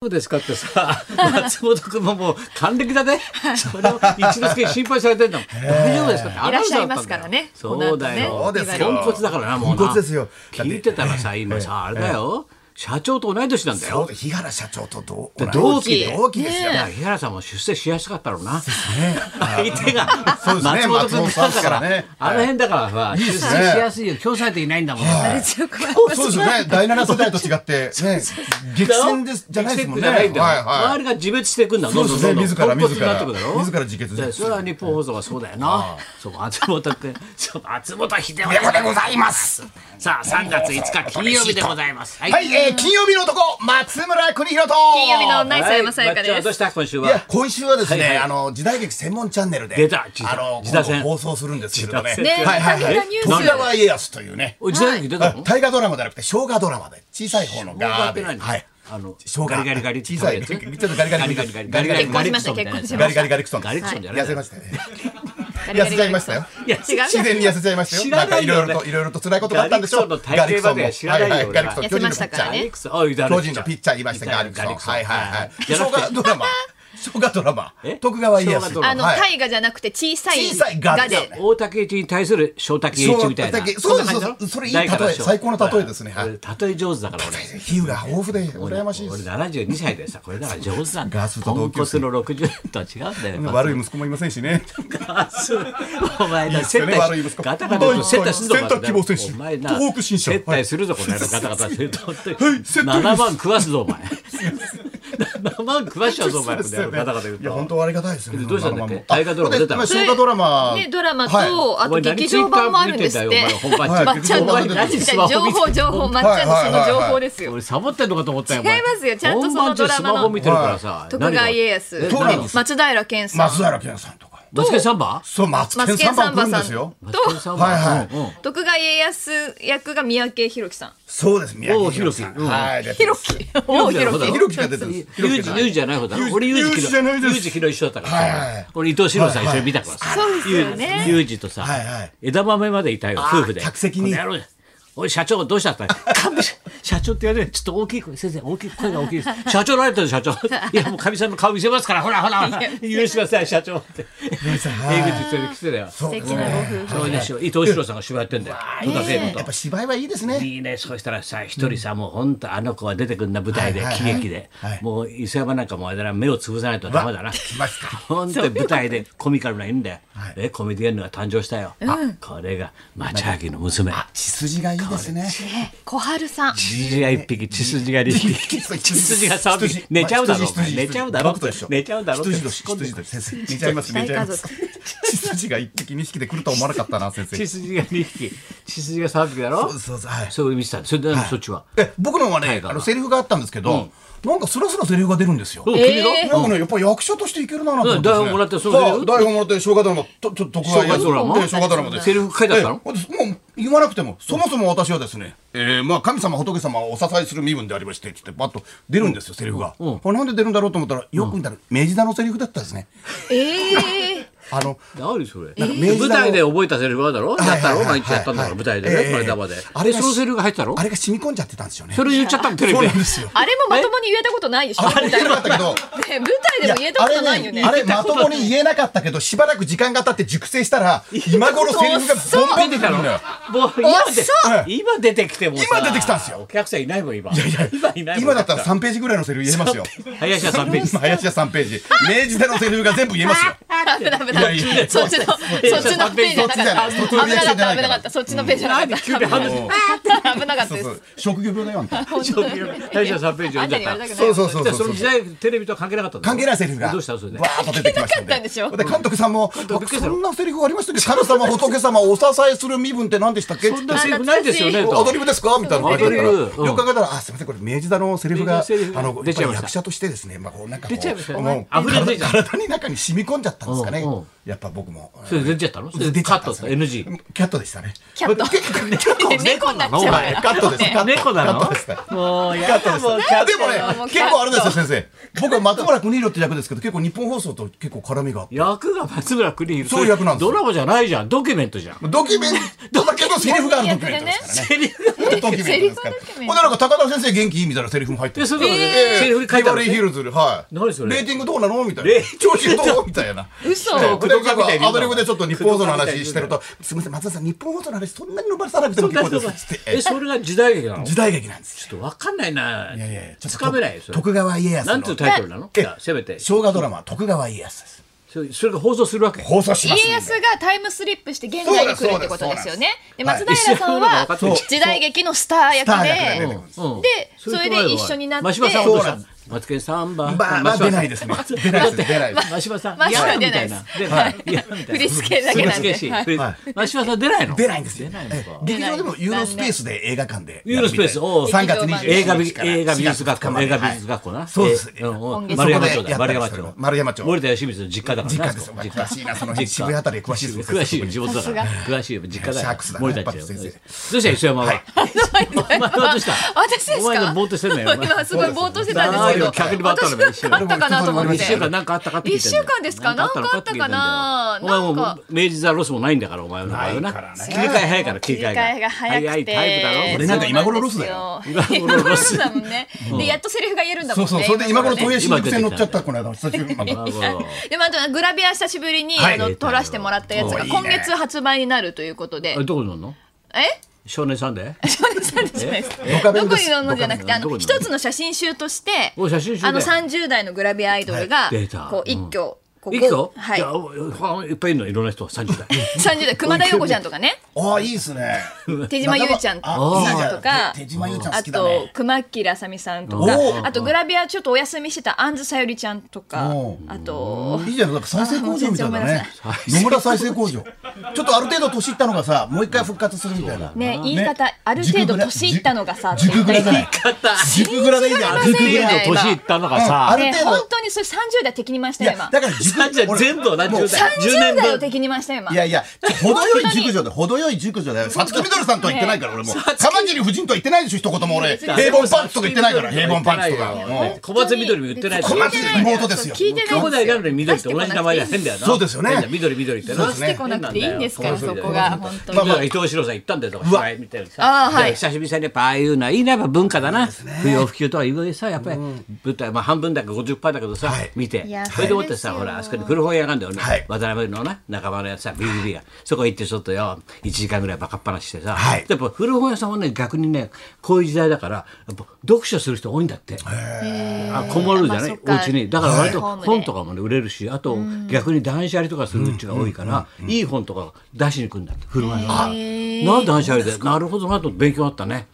プですかってさ 松本君ももう還暦だねそれを一之輔に心配されてんだもん大丈夫ですかってアいナウらっンしサゃーいだまったんすからだねよ。そうだよこのポ後ねビバリーンコツだからなもうなポンコツですよだって聞いてたらさ今さあれだよ社長と同い年なんだそうよだ日原社長と同で同期で同期ですよ、だから日原さんも出世しやすかったろうなね 相手がそうです松ね本君だ松本さんですかかららねあの辺だからさ出世しやすいよ共済っていないんだもん そうですよね第7世代と 違ってね激戦ですじゃないですもん激戦区ねはいじゃないんだよ周はりが自滅していくんだどんどんそどうんどんですね自らポンコツになってく自らだろ自ら自決でそれは日本放送はそうだよなそう松本君そう松本秀夫いでございますさあ3月5日金曜日でございますははい、えー、金曜日の男松村邦洋と金曜日のナイス山さやかはいまっちゃんはでどうす。した今週いやは今週はですね、はいはいあの時代劇専門チャンネルで出た時代あの時代戦今度放送するんですけれどね時代戦はいはいはねいえ徳川家康というねお時代劇出たの大河ドラマじゃなくて生姜ドラマで小さい方の僕はやガーってでないのはいあの生姜ガリガリガリって小食さべいるやつちょっとガリガリガリガリガリガリ結婚しましたガリクソンみたいな結婚しまガしリガリガリクソンガリクソンじゃない痩せましたよねガリガリ痩せちゃいましたよいや違う自然に痩せちゃいました知よらなんなかいいよろいねろといろいろと辛いことがあったんでしょうガリクソンの体型までは知らないよガリクソンもはいはいガリクソン俺は巨人痩のせまピしたッチからャねーガリクソンあいたね巨人のピッチャーいまガリクソンじしたガリクソンはいはいはいゃな生くて姜ドラマ生姜ドラマえ徳川家生康姜ドラあの、はい大河じゃなくて小さい小さいガでで。大竹一に対する小竹一みたいな小竹一そうですんな感じだろそれいい大から例え小最高の例えですね俺はい例え上手だから俺比喩が豊富で羨ましいで俺す72歳でさこれだから上手なんだガスと同ポンコ級ツ生の60とは違うんだよ悪い息子もいませんしねガスお前いないっす接よね待悪い息子ガタガタと接待するぞ本当にお前選択希望選手お前な東北新社接待するぞこの野郎ガタガタするとはい接待7万食わすぞお前7万食わしちゃうぞお前この野郎ガタガタ言ういやと本当ありがたいですよね。どうしたんだっけそのまま大河ドラマ出たのあでまあ生姜ドラマ。ね、ドラマと、はあと劇場版もあるんですっお前て何。ツイッター見てんだよお前本番中まっちゃんの、まはいっちゃん情報、情報、まっちゃんのその情報ですよ。俺サボってんのかと思ったよお前違いますよちゃんとそのドラマ本番中スのマホ見てるからさ徳川家康何がそうなんです松平健いさん。松平健さんとか。マツケンサンバそう松マツ健ケンさサん番ン来バさるんでんすよと。マツケンサンバはいはいうんうん徳川家康役が三宅 宏樹さん。そうです宮城おう弘樹さん。弘樹はい。で宏樹。もう宏樹。弘樹が出てるんです。ユージユージじゃない方だ俺ユージユージじゃないですユージ昨日一緒だったからさ、はいはい俺伊藤四郎さん一緒に見たからさ、そうですよね。ユージとさ、はいはい枝豆までいたよあー夫婦で客席にこの野郎おい社長どうしたった勘弁して社長って言われるちょっと大きい声先生大きい声が大きいで す社長られたよ社長いやもうかみさんの顔見せますからほらほらほ ら許してください社長って江口連れてきてたよそうです素敵なご夫ね。そうですよ伊藤四郎さんが芝居やってんだよ戸田聖子とやっぱ芝居はいいですね。いいね、そしたらさ、一人さ、もう本当あの子が出てくんな、舞台で、はいはい喜はい劇ではい。もう磯山なんかもうあれだな、目をつぶさないとダメだな。来ました。本当に舞台でコミカルないんだよはい。で、コメディアンヌが誕生したよ。あこれが、町明の娘。血筋がいいですね。小春さん。血筋が一匹、血筋が二匹。血筋が三匹。寝ちゃうだろ、お前寝ちゃうだろ僕と一緒。。寝ちゃうだろって。羊年、羊 年、先生。寝ちゃいます、寝大ちゃい家ます族。。血筋が一匹、二匹で来るとは思わなかったな、先生血。筋が二匹。血筋が三匹だろそうそうそうはいそう見てた。それで、そっちは。え僕のは大ね河あのセリフがあったんですけど、なんかスラスラセリフが出るんですよ。おなん君のえうんかねやっぱ役者としていけるななんて思ってです台ね本もらってそのセリフはい台本もらって生姜ドラマとちょっと徳川家生姜ドラマええ生姜ドラマですセリフ書いてあったのええ私もう言わなくてもそもそも私はですね、えーまあ神様仏様をお支えする身分でありましてつってパッと出るんですよセリフが、うんこれなんで出るんだろうと思ったらよく見たら明治座のセリフだったんですねええ。 あの何それなんか明治舞座の台で覚えたセリフがあるだろやったろはいはいは毎い日やったんだから舞台ではいねええこれだまでああれれがそのセリフが入ってたろあれが染み込んじゃってたんですよねそれ言っちゃったのテレビそうでなんですよあれもまともに言えたことないでしょ。みたい言ってななかったけどね舞台でも言えたことないよね。あれまともに言えなかったけどしばらく時間が経って熟成したら今頃セリフがボンボン出てくるのよもう今でそう今出てきてもさ今出てきたんですよお客さんいないもん今今いないもん今だったら3ページぐらいのセリフ言えますよ林家三平です林家3ページ明治座のセリフが全部言えますよ危ない危ないいやいやそっちのそっちのページじゃなかったそっ危ちのリなアクシかっョンじゃたない危なかったそっちのページじゃなかった急に話す危なかったそうでそすう職業病だよあんた林家三平読んじゃったそうそうそうじゃあそそうの時代テレビとは関係なかったんだろ関係ないセリフがどうしたのそれでわーっと出てきましなかたんったんでしょで監督さんも督びっくりしたそんなセリフがありましたっけ神様仏様をお支えする身分って何でしたっけそんなセリフないですよねアとドリブですかみたいな感じだったら、アドよリブうんく考えたら、あ、すみません、これ明治座のセリフ明が治座のセリ、フあの、出ちゃいました役者としてですね、まあ、こう、なんかこう。出ちゃいましたよもう溢れ出ちゃう体体の中に染み込んじゃったんですかねうんうん。やっぱ僕も。それ出ちゃったのそれ出ちカゃッったんトですさね NG キャットでしたね。キャットキャットです猫になっちゃうはいカットです。カット猫なのカットですもうカやットだですもうもうでもね、キャット結構あるんですよ、先生。僕は松村邦洋って役ですけど、結構日本放送と結構絡みがあって。役が松村邦洋そういう役なんですよドラマじゃないじゃんドキュメントじゃんドキュメントだけのセリフがあるドキュメントですから セね。リフがドキュメントですから。セリフがドキュほメンんでトなんか高田先生元気みたいなセリフも入ってでる。それでえセリフに書いてあるヒルズで、はい。何それレーティングどうなのみたいな。レーテ調子どうみたいな。嘘そうでなんかアドリブでちょっと日本放送の工藤会みたいに言うな話してると、すみません、松田さん、日本放送の話そんなに伸ばさなくてそもん結な人構でがすって。ええそれが時代劇なのちょ時代劇なんですよ。っとわかんないないやいやいやちょっつとかめないよそれ徳川家康の。なんていうタイトルなのえいやせめて生姜ドラマ、徳川家康です。それそれが放送するわけ放送しますんで。家康がタイムスリップして現代に来るってことですよねでそうなんで松す平さんはいはそう時代劇のスタースタ役ーが出てくでるんです。うんでういうそれでトライは一緒になって真柴さんそうとなさんでマツケンさんばば真柴さん出ないですね出ないです出ないです真柴さん真柴いや出ないですみたはいなでいやみたいな振り付けだけなんで振り付けしはい振り付け真柴さん出ないの出ないんですよ。出ないえのえか劇場でもユーロスペースで映画館で。ユーロスペースおう3月27日映画美から映画美術学4月2日校まで映画美術学校はないそうです。えうんうん今月丸山町そこでだやったん丸です山けど町丸山町森田芳光の実家だから実家ですよ。実家詳しいな、そ実家の辺渋谷あたり詳しいですね詳しいよ地元だからさ詳しいよ実家だシャーかクスだらね森田ちゃんやっぱり先どうした磯山はお前 どうした私ですかお前のぼーっとしてん のよお前今すごいぼーっとしてたんですそうでけどすよ客に回ったのね私なんかあったかなと思っ一て週間なんかあったかって聞いてんだよ一週間ですかあったのって聞いてんだよなんかあったかなお前もうなんか明治座ロスもないんだからお前の場合はなないからね切り替え早いから切り替え切り替えが早くて早いタイプだろ俺なんか今頃ロスだよそうなんです今頃ロスだもんねでやっとセリフが言えるんだもそんうねそう、それで今頃東ね映新宿線乗っちゃった、この間、 久しぶりに。今頃でもあとグラビア久しぶりに、はいあの撮らせてもらったやつもうがいいね今月発売になるということであ、どこに乗んのえ少年さんでそうですそうですそうですドカどベこンにです乗るのじゃなくてあどこのに乗る一つの写真集としてお写真集であの30代のグラビアアイドルが、い出たこう一挙、こういくぞはいいやおおいっぱいいるのいろんな人30代30代熊田曜子ちゃんとかねああ、いいで すね。手島優ちゃんあいいじゃんとか手手島優ちゃん好あきだとね。熊木あさみさんとおーかあとグラビアちょっとお休みしてた杏さゆりちゃんとかおーあといいじゃん、なんか再生工場みたいなねあもう全然ごめんな。野村再生工場。ちょっとある程度年いったのがさ、もう一回復活するみたいな。ね言い方ある程度年いったのがさって言熟っぐてらじゃない。熟ぐらでいいじゃん。熟ぐらね年いったのがさあるね程度本当にそれ30代敵にましいたよや、今だから熟30代全部同じもう10代30代を敵にましたよ今いやいや、程よい熟女で、程よい熟女だよ。さつきみどりさんとは言ってないから、俺も。玉尻夫人とは言ってないでしょ、一言も俺。平凡パンツとか言ってないから、平凡パンツとか。うん小松緑も言ってない小松妹ですよ聞いてない兄弟なのに緑と同じ名前じゃ出変だよなそうですよね変だ緑緑ってなそうですねしてこなくていいんですからそこが本当まあにまあ伊藤四郎さん行ったんだよとか芝居みたいなさあーはいで久しぶりにやっぱああいうのはいいなやっぱ文化だな不要不急とは言うさやっぱり舞台まあ半分だか50%だけどさはい見ていやそれでそ思っうてですさよほらあそこに古本屋があるんだよねはい渡辺のな仲間のやつさビリビリがそこ行ってちょっとよ1時間ぐらいバカっぱなししてさはいやっぱ古本屋さんはね逆にねこういう時代だからやっぱ読書する人多いんだってあこもるじゃないおまあそっか家にだから割とはい本とかもね売れるしあと逆に断捨離とかするうちが多いからいい本とか出しに来るんだって古本屋さんなんで断捨離でなるほどなと勉強あったね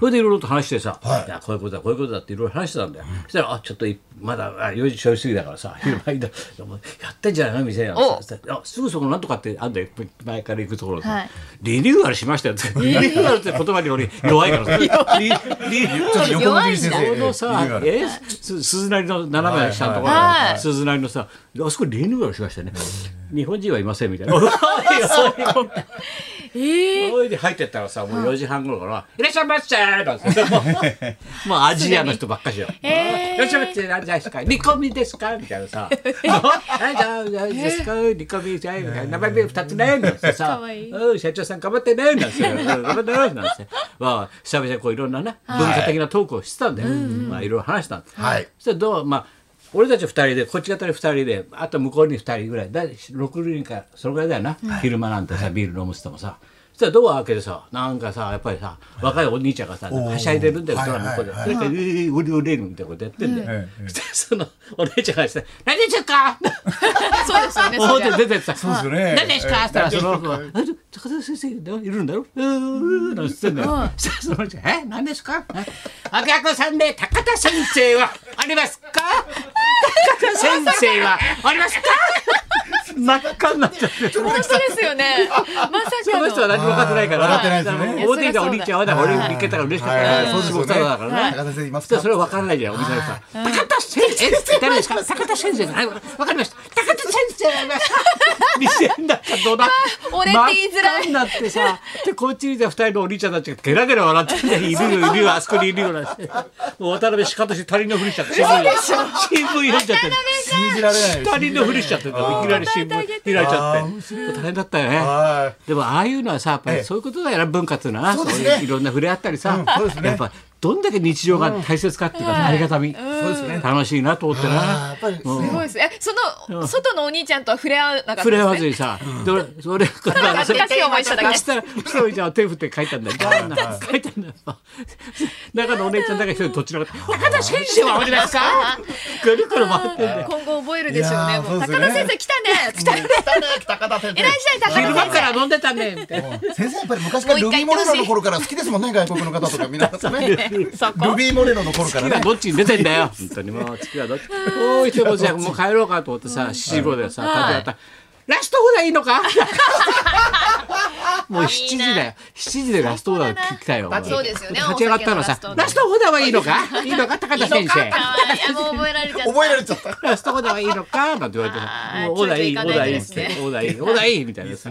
それでいろいろと話してさいやこういうことだこういうことだっていろいろ話してたんだよそしたらあちょっといまだあ4時ちょい過ぎだからさ昼前だお前やってんじゃないの店やおあすぐそこなんとかってあんだよ前から行くところさはいリニューアルしましたよってリニューアルって言葉に俺 弱いからさリリニューアルちょっと横文字先ちょうどさ生。、えす鈴なりの斜めの下のところはいはいは、い鈴なりのさ、あそこリニューアルしましたね。日本人はいませんみたいな。おいおいええおいで入ってったらさ、もう4時半頃から、いらっしゃいませーなんてさもうアジアの人ばっかしよ。いえーらっしゃいませなんですか煮込みですかみたいなさ。あ、じゃあ、ですか煮込みじゃいみたいな。生ビール2つねなんてさかわい、いうん社長さん頑張ってねなんて うん頑張ってねなんて。まあ、久々にこういろんなね、文化的なトークをしてたんだよ。まあ、いろいろ話したんです。はいそしたらどうまあ俺たち2人でこっち方に2人であと向こうに2人ぐらいだ6人かそのぐらいだよな、昼間なんてさビール飲むっつってもさそしたらドア開けてさなんかさやっぱりさ若いお兄ちゃんがさなんかはしゃいでるんだよおードアの向こうで「はいそれでうーうりうりみたいなことやってんだよ、そしたらそのお姉ちゃんがさ「何ですか?」 そうですよねそ思っりゃて出てさ「うですよね何ですか?」って言ったらその子が「あれ高田先生いるんだろ?」うーんなんつってんだよ。そしたらその人がえ何ですか?え」お客さんで高田先生はありますか?」「高田先生はありますか?」真っ赤になっちゃって。本当ですよね まさそかのの人は何も分かってないから、分かってないですね大手がお兄ちゃんはだから俺に行けたから嬉しかったはから、いはいそうそうそうだかはらいね。高田先生いますそかしたらそれは分からないじゃん、お店の人は。高田先生、え誰ですか高田先生はい、分かりました。高田先生がい ます。店の中どうだ俺って言いづ真っらい赤になってさ、で、こっちにいた二人のお兄ちゃんたちがゲラゲラ笑ってんだよいるよ、いるよ、あそこにいるよなんて。もう渡辺しかとして他人のふりしちゃって、渋いよ、渋いようになっちゃってる。渡辺信じられないです他人のふりしちゃってたいきなり新聞開いちゃって大変だったよねはでもああいうのはさやっぱええりそういうことだよな文化っていうのはなそうそうですねいういろんな触れ合ったりさうんそうですねやっぱどんだけ日常が大切かっていうかありがたみそうですね楽しいなと思ってあーなやっぱりすごいです。え、その外のお兄ちゃんとは触れ合わなかったん触でれす合ね。わずにさで俺それから恥ずかしい思いしただけそしたらそしたらじゃあ手振って書いたんだよ書いたんだよ中のお姉ちゃんだけ一人どっちらかって「岡田先生はおりますか?」ぐるぐる回ってんだよ今後覚えるでしょういね。やーそもうう高ですね田先生来たね。来たね。たね高田先いらっしゃい高田昼間先から飲んでたねみたいな生先生やっぱり昔からルビーモレノの頃から好きですもんね外国の方とか皆さんね 生。ルそこ。ビーモレノの頃からねどっちに出てんだよ。 本当にもう月はどっち。おーいてもじゃあもう帰ろうかと思ってさ、7時頃でさ、食べた。ラストオーダーいいの かもう7時だよ。7時でラストオーダー来たよ。あそうですよね立ち上がったのさお酒の、ララスストオーダーはいいのかいいのか高田先生。かわいい。あもう覚えられちゃった。覚えられちゃったラストオーダーはいいのかなんて言われてあさ、ーもうオーダーいい、オちーょいちょいダーいいっつって、オ行かないとですねーダーいい、オーダーいいみたいなさ。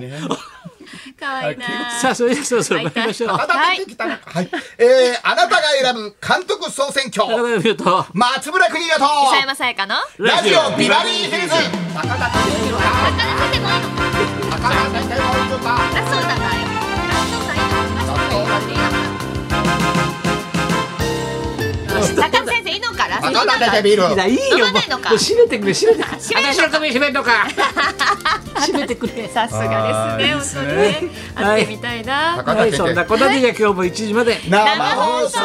可愛いな。さあ、それではそろそろ参りましょう。高田先生来たねはいえーあなたが選ぶ監督総選挙高田美と、松村邦洋と北山さやかの。ラジオビバリーヒルズ高田先生は高田先生も。高田先生はちょっとラストオーダーだよ。ラストオーダーいいのか。高田先生いいのか。ラストオーダ高田ー先生ビーいルやいいよ、 も飲まなういのかもう閉めてくれ、閉めてくれ。めて私の髪閉めるの か。閉めてくれ。さすがですね。本当にね。はい会ってみたいな。高は田い、そん先な生こんなことでじゃあ今日も1時まで。生放送